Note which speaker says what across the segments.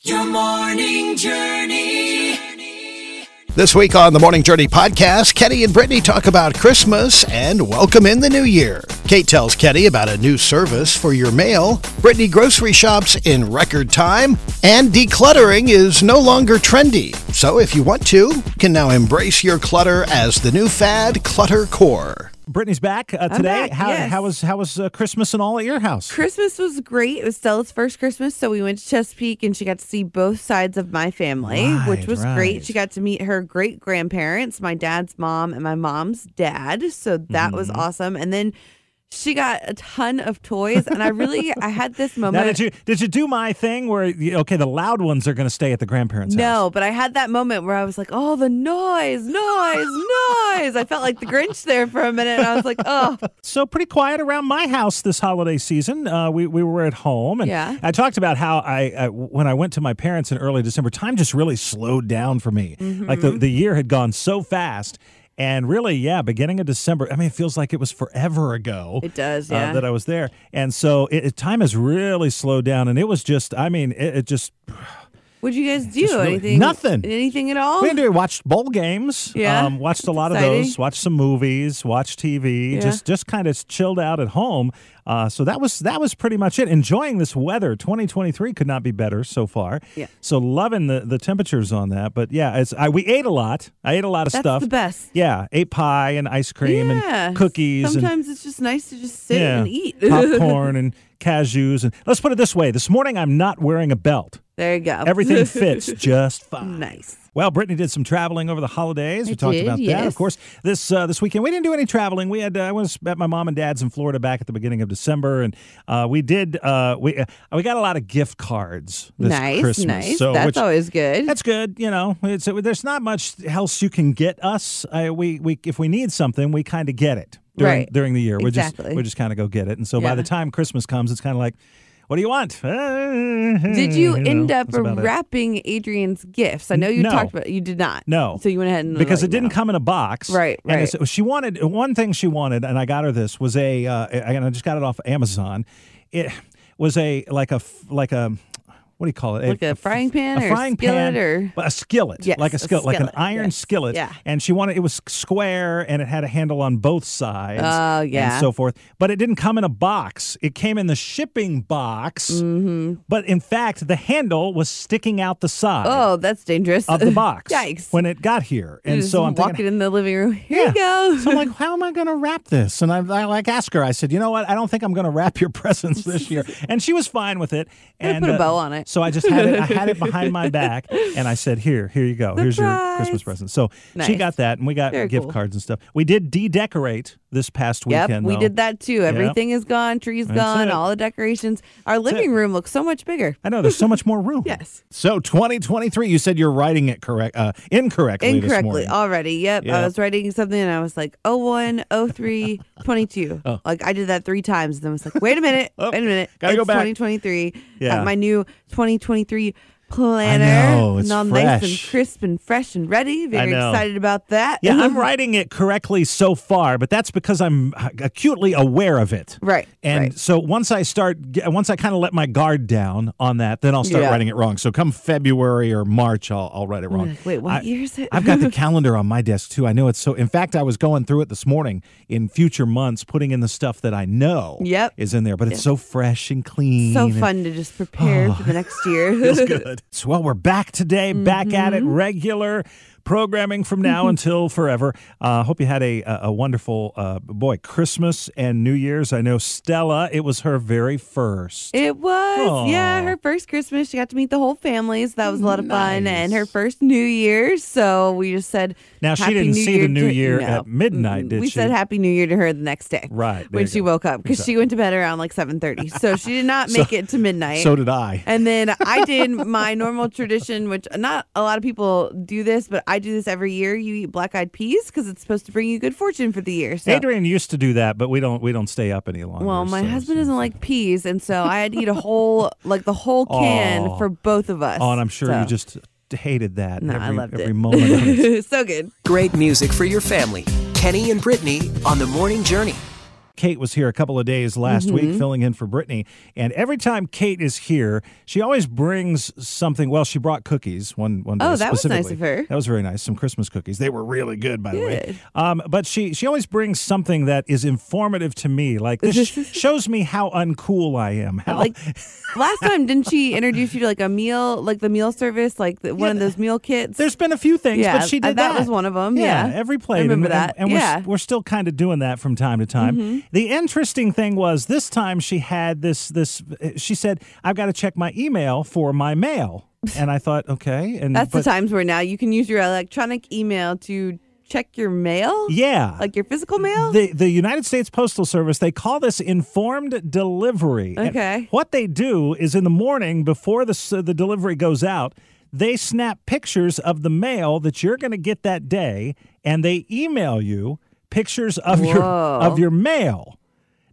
Speaker 1: Your morning journey.
Speaker 2: This week on the Morning Journey podcast, Kenny and Brittany talk about Christmas and welcome in the new year. Kate tells Kenny about a new service for your mail. Brittany grocery shops in record time, and decluttering is no longer trendy. So if you want to, you can now embrace your clutter as the new fad, clutter core.
Speaker 3: Brittany's back uh, today.
Speaker 4: back,
Speaker 3: how,
Speaker 4: yes.
Speaker 3: how was how was uh, Christmas and all at your house?
Speaker 4: Christmas was great. It was Stella's first Christmas, so we went to Chesapeake and she got to see both sides of my family,
Speaker 3: Right,
Speaker 4: which was
Speaker 3: right.
Speaker 4: great. She got to meet her great grandparents, my dad's mom and my mom's dad, so that was
Speaker 3: Mm-hmm.
Speaker 4: awesome. And then she got a ton of toys, and I really I had this
Speaker 3: now
Speaker 4: moment.
Speaker 3: did you did you do my thing where you- okay the loud ones are going to stay at the grandparents' house?
Speaker 4: no, but I had that moment where I was like, "Oh, the noise, noise, noise!" I felt like the Grinch there for a minute, and I was like, "Oh,
Speaker 3: So pretty quiet around my house this holiday season. Uh, we we were at home and
Speaker 4: Yeah.
Speaker 3: I talked about how I uh, when I went to my parents in early December, time just really slowed down for me.
Speaker 4: Mm-hmm.
Speaker 3: Like the the year had gone so fast. And really, yeah, beginning of December. I mean, it feels like it was forever ago.
Speaker 4: It does,
Speaker 3: uh,
Speaker 4: yeah.
Speaker 3: that I was there, and so it, it- time has really slowed down. And it was just, I mean, it, it just
Speaker 4: what'd you guys do?
Speaker 3: Just really-
Speaker 4: anything?
Speaker 3: nothing.
Speaker 4: Anything at all?"
Speaker 3: We didn't do it. Watched bowl games.
Speaker 4: Yeah.
Speaker 3: Um, watched a lot of
Speaker 4: Exciting.
Speaker 3: those. Watched some movies. Watched TV.
Speaker 4: Yeah.
Speaker 3: Just just kind of chilled out at home. Uh, so that was that was pretty much it. Enjoying this weather. 2023 could not be better so far.
Speaker 4: Yeah.
Speaker 3: So loving the the temperatures on that. But yeah, it's, I, we ate a lot. I ate a lot of
Speaker 4: That's
Speaker 3: stuff.
Speaker 4: the best.
Speaker 3: Yeah, ate pie and ice cream and cookies and
Speaker 4: Sometimes it's just nice to just sit and eat.
Speaker 3: popcorn and cashews and let's put it this way. This morning I'm not wearing a belt.
Speaker 4: there you go.
Speaker 3: Everything fits just fine.
Speaker 4: nice.
Speaker 3: Well, Brittany did some traveling over the holidays. We
Speaker 4: I
Speaker 3: talked
Speaker 4: did,
Speaker 3: about that, of
Speaker 4: yes.
Speaker 3: course. This uh, this weekend we didn't do any traveling. We had uh, I was at my mom and dad's in Florida back at the beginning of December, and uh, we did uh, we uh, we got a lot of gift cards this
Speaker 4: nice,
Speaker 3: Christmas.
Speaker 4: nice.
Speaker 3: So
Speaker 4: That's
Speaker 3: which,
Speaker 4: always good.
Speaker 3: that's good. You know, it's, uh, there's not much else you can get us. I, we, we, if we need something, we kind of get it during,
Speaker 4: Right.
Speaker 3: during the year. We just,
Speaker 4: Exactly.
Speaker 3: we just kind of go get it. And so by
Speaker 4: Yeah.
Speaker 3: the time Christmas comes, it's kind of like, what do you want?
Speaker 4: did
Speaker 3: Did
Speaker 4: you end up
Speaker 3: wrap?
Speaker 4: wrapping Adrian's gifts? I know you
Speaker 3: No.
Speaker 4: talked about you did not.
Speaker 3: No.
Speaker 4: So you went ahead and
Speaker 3: because it
Speaker 4: like,
Speaker 3: didn't
Speaker 4: no.
Speaker 3: come in a box.
Speaker 4: Right,
Speaker 3: And
Speaker 4: right.
Speaker 3: it's- she wanted one thing she wanted, and I got her this was a, uh, and I just got it off Amazon. It was a like a f- like a. What do you call it?
Speaker 4: Like a frying pan
Speaker 3: a
Speaker 4: or a
Speaker 3: frying pan,
Speaker 4: skillet or-
Speaker 3: a skillet,
Speaker 4: Yes,
Speaker 3: like a
Speaker 4: a
Speaker 3: skillet, like an
Speaker 4: skillet,
Speaker 3: iron
Speaker 4: yes,
Speaker 3: skillet.
Speaker 4: yeah.
Speaker 3: And she wanted it was square and it had a handle on both sides.
Speaker 4: Oh,
Speaker 3: and
Speaker 4: yeah.
Speaker 3: so forth. But it didn't come in a box. It came in the shipping box.
Speaker 4: Mm-hmm.
Speaker 3: But in fact, the handle was sticking out the side
Speaker 4: Oh, that's dangerous.
Speaker 3: of the box
Speaker 4: Yikes.
Speaker 3: when it got here. And
Speaker 4: Just
Speaker 3: so I'm
Speaker 4: walking
Speaker 3: thinking,
Speaker 4: in the living room. Here you go.
Speaker 3: so I'm like, how am I going to wrap this? And I, I like ask her. I said, you know what? I don't think I'm going to wrap your presents this year. And she was fine with it.
Speaker 4: Could've
Speaker 3: And uh,
Speaker 4: put a bow on it.
Speaker 3: So I just had it. I had it behind my back, and I said, here, here you go. Here's your
Speaker 4: Surprise.
Speaker 3: Christmas present. So she
Speaker 4: Nice.
Speaker 3: got that, and we got
Speaker 4: Very
Speaker 3: gift
Speaker 4: cool.
Speaker 3: cards and stuff. We did de-decorate this past
Speaker 4: Yep,
Speaker 3: weekend.
Speaker 4: we
Speaker 3: though.
Speaker 4: did that too. Everything is gone, trees
Speaker 3: That's
Speaker 4: gone,
Speaker 3: it.
Speaker 4: all the decorations. Our living room looks so much bigger.
Speaker 3: I know there's so much more room.
Speaker 4: Yes.
Speaker 3: So 2023, you said you're writing it correct, uh, incorrectly. this
Speaker 4: incorrectly
Speaker 3: morning.
Speaker 4: already. Yep.
Speaker 3: Yeah.
Speaker 4: I was writing something and I was like, 01, 03, 22. Like I did that three times and then I was like, wait a minute, wait a minute.
Speaker 3: Oh. gotta
Speaker 4: it's
Speaker 3: go back.
Speaker 4: 2023.
Speaker 3: Yeah.
Speaker 4: Got my new 2023 planner.
Speaker 3: know, it's
Speaker 4: and all nice
Speaker 3: fresh.
Speaker 4: and crisp and fresh and ready. Very
Speaker 3: know.
Speaker 4: excited about that.
Speaker 3: Yeah, I'm writing it correctly so far, but that's because I'm acutely aware of it.
Speaker 4: Right,
Speaker 3: And
Speaker 4: right.
Speaker 3: so once I start, once I kind of let my guard down on that, then I'll start
Speaker 4: Yeah.
Speaker 3: writing it wrong. So come February or March, I'll, I'll write it wrong.
Speaker 4: like, wait, what
Speaker 3: I-
Speaker 4: year is it?
Speaker 3: I've got the calendar on my desk too. I know it's so. In fact, I was going through it this morning in future months, putting in the stuff that I know
Speaker 4: Yep.
Speaker 3: is in there, but it's so fresh and clean.
Speaker 4: so
Speaker 3: and-
Speaker 4: fun to just prepare for the
Speaker 3: Oh.
Speaker 4: next year.
Speaker 3: good. So, well, we're back today, back at it,
Speaker 4: Mm-hmm.
Speaker 3: regular programming from now until forever. Uh, hope you had a a, a wonderful uh, boy Christmas and New Year's. I know Stella; it was her very first.
Speaker 4: It was, yeah,
Speaker 3: Aw.
Speaker 4: her first Christmas. She got to meet the whole family, so that was a lot of fun. And her first New Year, so we just said.
Speaker 3: Now, she
Speaker 4: Happy
Speaker 3: didn't see
Speaker 4: New
Speaker 3: the
Speaker 4: Year
Speaker 3: New
Speaker 4: to-
Speaker 3: Year
Speaker 4: no.
Speaker 3: at midnight,
Speaker 4: Mm-mm.
Speaker 3: did
Speaker 4: we
Speaker 3: she?
Speaker 4: said Happy New Year to her the next day,
Speaker 3: Right, there
Speaker 4: When
Speaker 3: you
Speaker 4: she
Speaker 3: go.
Speaker 4: woke up, because she went to bed around like seven thirty, so she did not make it to midnight.
Speaker 3: So did I.
Speaker 4: And then I did my normal tradition, which not a lot of people do this, but I do this every year. You eat black eyed peas because it's supposed to bring you good fortune for the year. So.
Speaker 3: Adrian used to do that, but we don't we don't stay up any longer.
Speaker 4: Well, my
Speaker 3: so-
Speaker 4: husband doesn't like peas, and so I had to eat a whole, like the whole can
Speaker 3: Aw.
Speaker 4: for both of us.
Speaker 3: Oh, and I'm sure
Speaker 4: So-
Speaker 3: you just hated that.
Speaker 4: No,
Speaker 3: every,
Speaker 4: I loved
Speaker 3: every
Speaker 4: it.
Speaker 3: moment. of it.
Speaker 4: so good.
Speaker 1: Great music for your family. Kenny and Brittany on the morning journey.
Speaker 3: Kate was here a couple of days last
Speaker 4: Mm-hmm.
Speaker 3: week, filling in for Brittany. And every time Kate is here, she always brings something. Well, she brought cookies one one day.
Speaker 4: Oh, that was nice
Speaker 3: specifically.
Speaker 4: of her.
Speaker 3: That was very nice. Some Christmas cookies. They were really good, by the way.
Speaker 4: Good.
Speaker 3: Um, but she she always brings something that is informative to me. Like this sh- shows me how uncool I am. How
Speaker 4: Like last time, didn't she introduce you to like a meal, like the meal service, like the, one of those meal kits?
Speaker 3: There's been a few things,
Speaker 4: Yeah,
Speaker 3: but she
Speaker 4: uh,
Speaker 3: did that.
Speaker 4: that was one of 'em, yeah.
Speaker 3: every
Speaker 4: I
Speaker 3: plate.
Speaker 4: remember
Speaker 3: and,
Speaker 4: that,
Speaker 3: And, and
Speaker 4: yeah. Mm-hmm.
Speaker 3: we're, we're still kind of doing that from time to time. The interesting thing was this time she had this. This uh, she said, "I've got to check my email for my mail," and I thought, okay, and
Speaker 4: That's
Speaker 3: but,
Speaker 4: the times where now you can use your electronic email to check your mail,
Speaker 3: Yeah,
Speaker 4: like your physical mail.
Speaker 3: The, the United States Postal Service, they call this informed delivery. And
Speaker 4: Okay.
Speaker 3: what they do is in the morning before the, s- the delivery goes out, they snap pictures of the mail that you're going to get that day and they email you pictures of your
Speaker 4: Whoa.
Speaker 3: of your mail.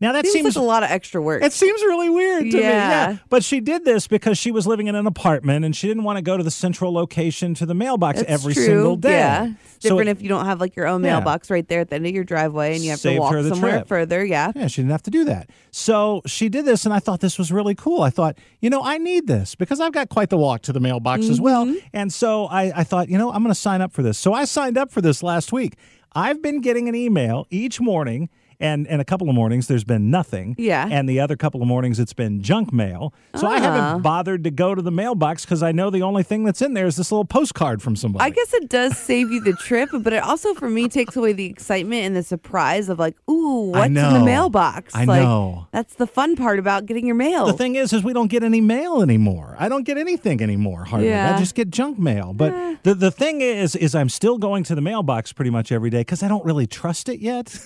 Speaker 3: Now that
Speaker 4: seems,
Speaker 3: seems,
Speaker 4: like a lot of extra work.
Speaker 3: it seems really weird to me.
Speaker 4: Yeah.
Speaker 3: Yeah. But she did this because she was living in an apartment and she didn't want to go to the central location to the mailbox
Speaker 4: That's
Speaker 3: every
Speaker 4: true.
Speaker 3: single day.
Speaker 4: Yeah. It's
Speaker 3: So it-
Speaker 4: different if you don't have like your own
Speaker 3: Yeah.
Speaker 4: mailbox right there at the end of your driveway and you have
Speaker 3: Saved
Speaker 4: to walk
Speaker 3: her the
Speaker 4: somewhere
Speaker 3: trip.
Speaker 4: further. Yeah.
Speaker 3: Yeah, she didn't have to do that. So she did this, and I thought this was really cool. I thought, you know, I need this because I've got quite the walk to the mailbox as well.
Speaker 4: Mm-hmm.
Speaker 3: And so I, I thought, you know, I'm going to sign up for this. So I signed up for this last week. I've been getting an email each morning. And, and a couple of mornings there's been nothing.
Speaker 4: Yeah.
Speaker 3: And the other couple of mornings it's been junk mail. So I
Speaker 4: Ah.
Speaker 3: haven't bothered to go to the mailbox because I know the only thing that's in there is this little postcard from somebody.
Speaker 4: I guess it does save you the trip, but it also for me takes away the excitement and the surprise of like, ooh,
Speaker 3: I
Speaker 4: what's in the
Speaker 3: know.
Speaker 4: mailbox?
Speaker 3: I
Speaker 4: like,
Speaker 3: know.
Speaker 4: That's the fun part about getting your mail.
Speaker 3: The thing is, is we don't get any mail anymore. I don't get anything anymore hardly. I
Speaker 4: Yeah.
Speaker 3: just get junk mail. But the, the thing is, is I'm still going to the mailbox pretty much every day because I don't really trust it yet.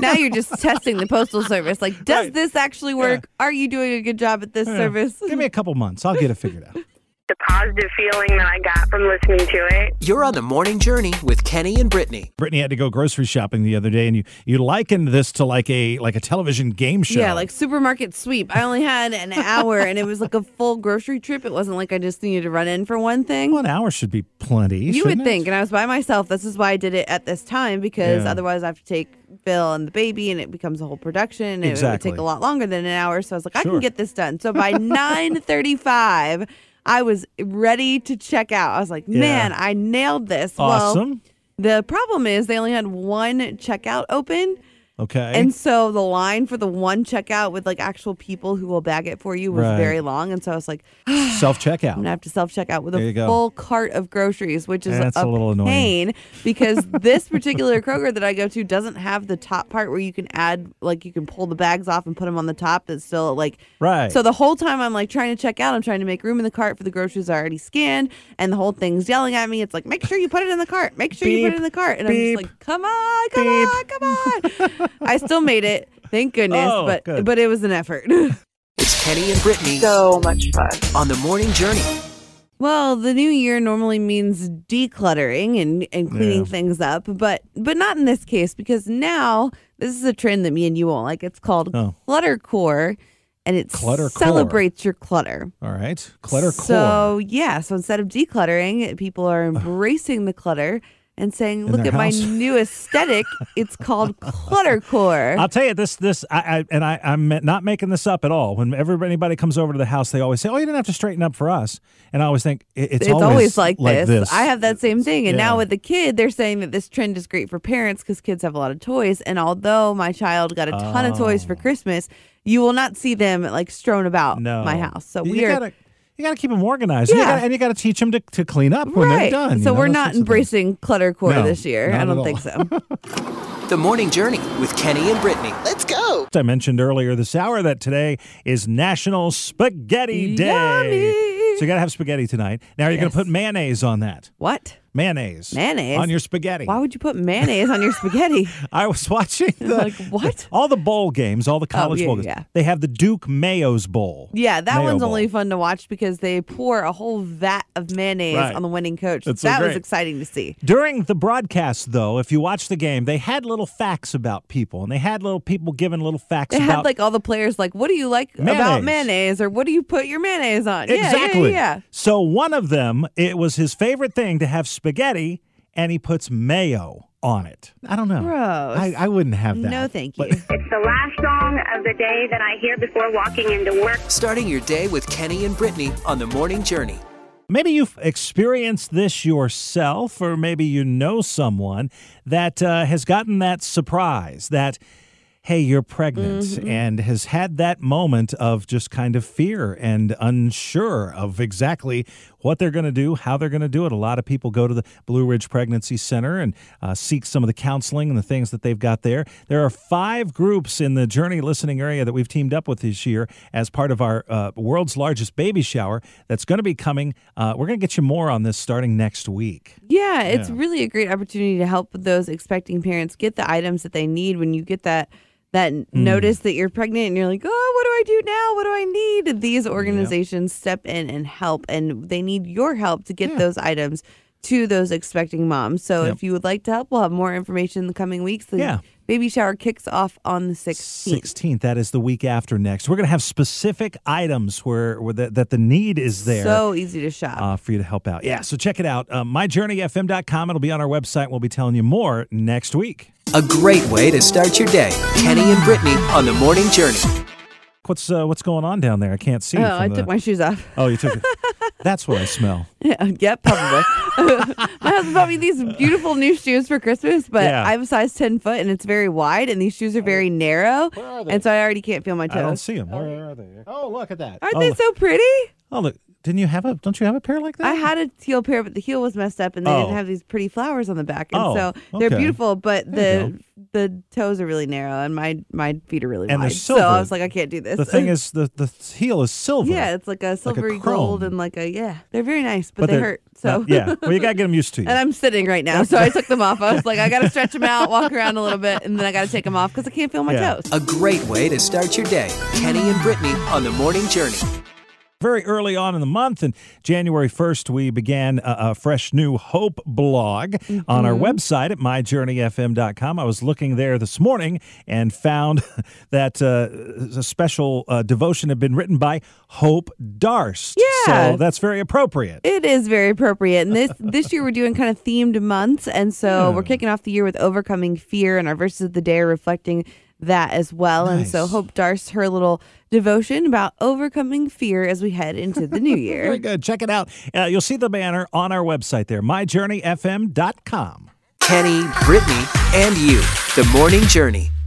Speaker 4: now you're just testing the postal service. Like, does
Speaker 3: Right.
Speaker 4: this actually work? Are you doing a good job at this service?
Speaker 3: Give me a couple months. I'll get it figured out.
Speaker 5: the positive feeling that I got from listening to it.
Speaker 1: You're on the morning journey with Kenny and Brittany.
Speaker 3: Brittany had to go grocery shopping the other day, and you you likened this to like a like a television game show.
Speaker 4: Yeah, like supermarket sweep. I only had an hour and it was like a full grocery trip. It wasn't like I just needed to run in for one thing.
Speaker 3: one hour should be plenty.
Speaker 4: You would
Speaker 3: shouldn't it?
Speaker 4: think, and I was by myself. This is why I did it at this time because
Speaker 3: Yeah.
Speaker 4: otherwise I have to take Bill and the baby, and it becomes a whole production. And It
Speaker 3: Exactly.
Speaker 4: would take a lot longer than an hour. So I was like, I
Speaker 3: Sure.
Speaker 4: can get this done. So by nine thirty-five, I was ready to check out. I was like, man, I nailed this.
Speaker 3: Awesome.
Speaker 4: Well, the problem is they only had one checkout open.
Speaker 3: Okay.
Speaker 4: And so the line for the one checkout with like actual people who will bag it for you was
Speaker 3: Right.
Speaker 4: very long. And so I was like, I'm
Speaker 3: Self checkout.
Speaker 4: gonna have to self checkout with
Speaker 3: There you
Speaker 4: a
Speaker 3: go.
Speaker 4: full cart of groceries, which is
Speaker 3: That's a little annoying.
Speaker 4: pain because this particular Kroger that I go to doesn't have the top part where you can add like you can pull the bags off and put them on the top. That's still like
Speaker 3: Right.
Speaker 4: So the whole time I'm like trying to check out, I'm trying to make room in the cart for the groceries I already scanned, and the whole thing's yelling at me. It's like, make sure you put it in the cart. Make sure you put
Speaker 3: Beep.
Speaker 4: it in the cart. And I'm
Speaker 3: Beep.
Speaker 4: just like, come on, come
Speaker 3: Beep.
Speaker 4: on, come on. I still made it, thank goodness.
Speaker 3: Oh,
Speaker 4: but
Speaker 3: good.
Speaker 4: but it was an effort.
Speaker 1: It's Kenny and Brittany uh,
Speaker 5: So much fun.
Speaker 1: on the morning journey.
Speaker 4: Well, the new year normally means decluttering and, and cleaning
Speaker 3: Yeah.
Speaker 4: things up, but but not in this case because now this is a trend that me and you won't like. It's called
Speaker 3: Oh.
Speaker 4: cluttercore, and it
Speaker 3: Cluttercore.
Speaker 4: celebrates your clutter.
Speaker 3: All right. Clutter
Speaker 4: So yeah, so instead of decluttering, people are embracing the clutter and saying, "Look
Speaker 3: their
Speaker 4: at
Speaker 3: house?
Speaker 4: my new aesthetic. it's called cluttercore."
Speaker 3: I'll tell you this. This I, I and I, I'm not making this up at all. When everybody anybody comes over to the house, they always say, "Oh, you didn't have to straighten up for us." And I always think "I- it's,
Speaker 4: it's, always, like, this. I have that same thing. And
Speaker 3: Yeah.
Speaker 4: now with the kid, they're saying that this trend is great for parents because kids have a lot of toys. And although my child got a ton of toys
Speaker 3: Oh.
Speaker 4: for Christmas, you will not see them like strewn about
Speaker 3: no
Speaker 4: my house. So
Speaker 3: you
Speaker 4: we are
Speaker 3: Gotta, you got to keep them organized. And you
Speaker 4: Yeah.
Speaker 3: gotta- and you got to teach them to, to clean up when they're
Speaker 4: right.
Speaker 3: done. you
Speaker 4: so
Speaker 3: know,
Speaker 4: we're
Speaker 3: those
Speaker 4: not
Speaker 3: sorts of things.
Speaker 4: embracing cluttercore
Speaker 3: No,
Speaker 4: this year. I
Speaker 3: not at all.
Speaker 4: don't think so.
Speaker 1: The morning journey with Kenny and Brittany.
Speaker 3: I mentioned earlier this hour that today is National Spaghetti Day.
Speaker 4: Yummy.
Speaker 3: So you got to have spaghetti tonight. Now you're going
Speaker 4: Yes.
Speaker 3: to put mayonnaise on that.
Speaker 4: what?
Speaker 3: Mayonnaise.
Speaker 4: Mayonnaise?
Speaker 3: on your spaghetti.
Speaker 4: Why would you put mayonnaise on your spaghetti?
Speaker 3: I was watching the
Speaker 4: Like, what? Oh,
Speaker 3: all the bowl games, all the college
Speaker 4: yeah,
Speaker 3: bowl games.
Speaker 4: yeah.
Speaker 3: They have the Duke Mayo's Bowl.
Speaker 4: Yeah, that
Speaker 3: Mayo
Speaker 4: one's
Speaker 3: Bowl.
Speaker 4: only fun to watch because they pour a whole vat of mayonnaise
Speaker 3: Right.
Speaker 4: on the winning coach.
Speaker 3: That's so
Speaker 4: that was
Speaker 3: great.
Speaker 4: exciting to see.
Speaker 3: During the broadcast, though, if you watch the game, they had little facts about people, and they had little people giving little facts
Speaker 4: They
Speaker 3: about
Speaker 4: had like all the players like, what do you like
Speaker 3: Mayonnaise.
Speaker 4: about mayonnaise, or what do you put your mayonnaise on? Yeah,
Speaker 3: exactly.
Speaker 4: Yeah, yeah,
Speaker 3: So one of them, it was his favorite thing to have spaghetti, and he puts mayo on it. I don't know.
Speaker 4: Gross.
Speaker 3: I, I wouldn't have that.
Speaker 4: No, thank
Speaker 3: But-
Speaker 4: you.
Speaker 5: It's the last song of the day that I hear before walking into work.
Speaker 1: Starting your day with Kenny and Brittany on the morning journey.
Speaker 3: Maybe you've experienced this yourself, or maybe you know someone that uh, has gotten that surprise that, hey, you're pregnant, and has had that moment of just kind of fear and unsure of exactly what they're going to do, how they're going to do it. A lot of people go to the Blue Ridge Pregnancy Center and uh, seek some of the counseling and the things that they've got there. There are five groups in the Journey listening area that we've teamed up with this year as part of our uh, world's largest baby shower that's going to be coming. Uh, we're going to get you more on this starting next week.
Speaker 4: Yeah, it's really a great opportunity to help those expecting parents get the items that they need when you get that that
Speaker 3: Mm.
Speaker 4: notice that you're pregnant and you're like, "Oh, what do I do now? What do I need?" These organizations step in and help and they need your help to get those items to those expecting moms. So if you would like to help, we'll have more information in the coming weeks. The
Speaker 3: Yeah.
Speaker 4: baby shower kicks off on the 16th.
Speaker 3: 16th, that is the week after next. We're going to have specific items where, where that that the need is there.
Speaker 4: So easy to shop.
Speaker 3: uh, for you to help out. Yeah, so check it out. Um, myjourneyfm.com. It'll be on our website. We'll be telling you more next week.
Speaker 1: A great way to start your day. Kenny and Brittany on the morning journey.
Speaker 3: What's uh, what's going on down there? I can't see.
Speaker 4: oh,
Speaker 3: from
Speaker 4: I
Speaker 3: the-
Speaker 4: took my shoes off.
Speaker 3: Oh, you took it. That's what I smell.
Speaker 4: Yeah, yeah, probably. My husband bought me these beautiful new shoes for Christmas, but
Speaker 3: Yeah. Oh.
Speaker 4: I'm a size 10 foot and it's very wide, and these shoes are very narrow. And so I already can't feel my
Speaker 3: I don't
Speaker 4: toes.
Speaker 3: see them.
Speaker 6: Where are they? Oh, look at that.
Speaker 4: Aren't
Speaker 3: Oh,
Speaker 4: they
Speaker 3: look.
Speaker 4: so pretty?
Speaker 3: Oh, look. Didn't you have a? Don't you have a pair like that?
Speaker 4: I had a teal pair, but the heel was messed up, and they
Speaker 3: Oh.
Speaker 4: didn't have these pretty flowers on the back. And
Speaker 3: Oh,
Speaker 4: so they're
Speaker 3: okay.
Speaker 4: beautiful, but
Speaker 3: There you
Speaker 4: the the toes are really narrow, and my my feet are really
Speaker 3: And they're
Speaker 4: wide. So
Speaker 3: silver.
Speaker 4: I was like, I can't do this.
Speaker 3: The thing is, the the heel is silver.
Speaker 4: yeah, it's like a silvery gold
Speaker 3: chrome.
Speaker 4: and like a yeah, they're very nice, but,
Speaker 3: But
Speaker 4: they
Speaker 3: they're-
Speaker 4: hurt. So
Speaker 3: Uh, yeah. Well, you gotta get them used to.
Speaker 4: And I'm sitting right now, so I took them off. I was like, I gotta stretch them out, walk around a little bit, and then I gotta take them off because I can't feel my
Speaker 3: Yeah.
Speaker 4: toes.
Speaker 1: A great way to start your day. Kenny and Brittany on the morning journey.
Speaker 3: very early on in the month. And January 1st, we began a, a fresh new Hope blog on
Speaker 4: Mm-hmm.
Speaker 3: our website at myjourneyfm.com. I was looking there this morning and found that uh, a special uh, devotion had been written by Hope Darst.
Speaker 4: Yeah.
Speaker 3: So that's very appropriate.
Speaker 4: It is very appropriate, and this this year we're doing kind of themed months, and so
Speaker 3: Hmm.
Speaker 4: we're kicking off the year with overcoming fear, and our verses of the day are reflecting that as well. And so
Speaker 3: Nice.
Speaker 4: Hope Darst her little devotion about overcoming fear as we head into the new
Speaker 3: Very
Speaker 4: year.
Speaker 3: good. Check it out. Uh, you'll see the banner on our website there, myjourneyfm.com.
Speaker 1: Kenny, Brittany, and you. The morning journey.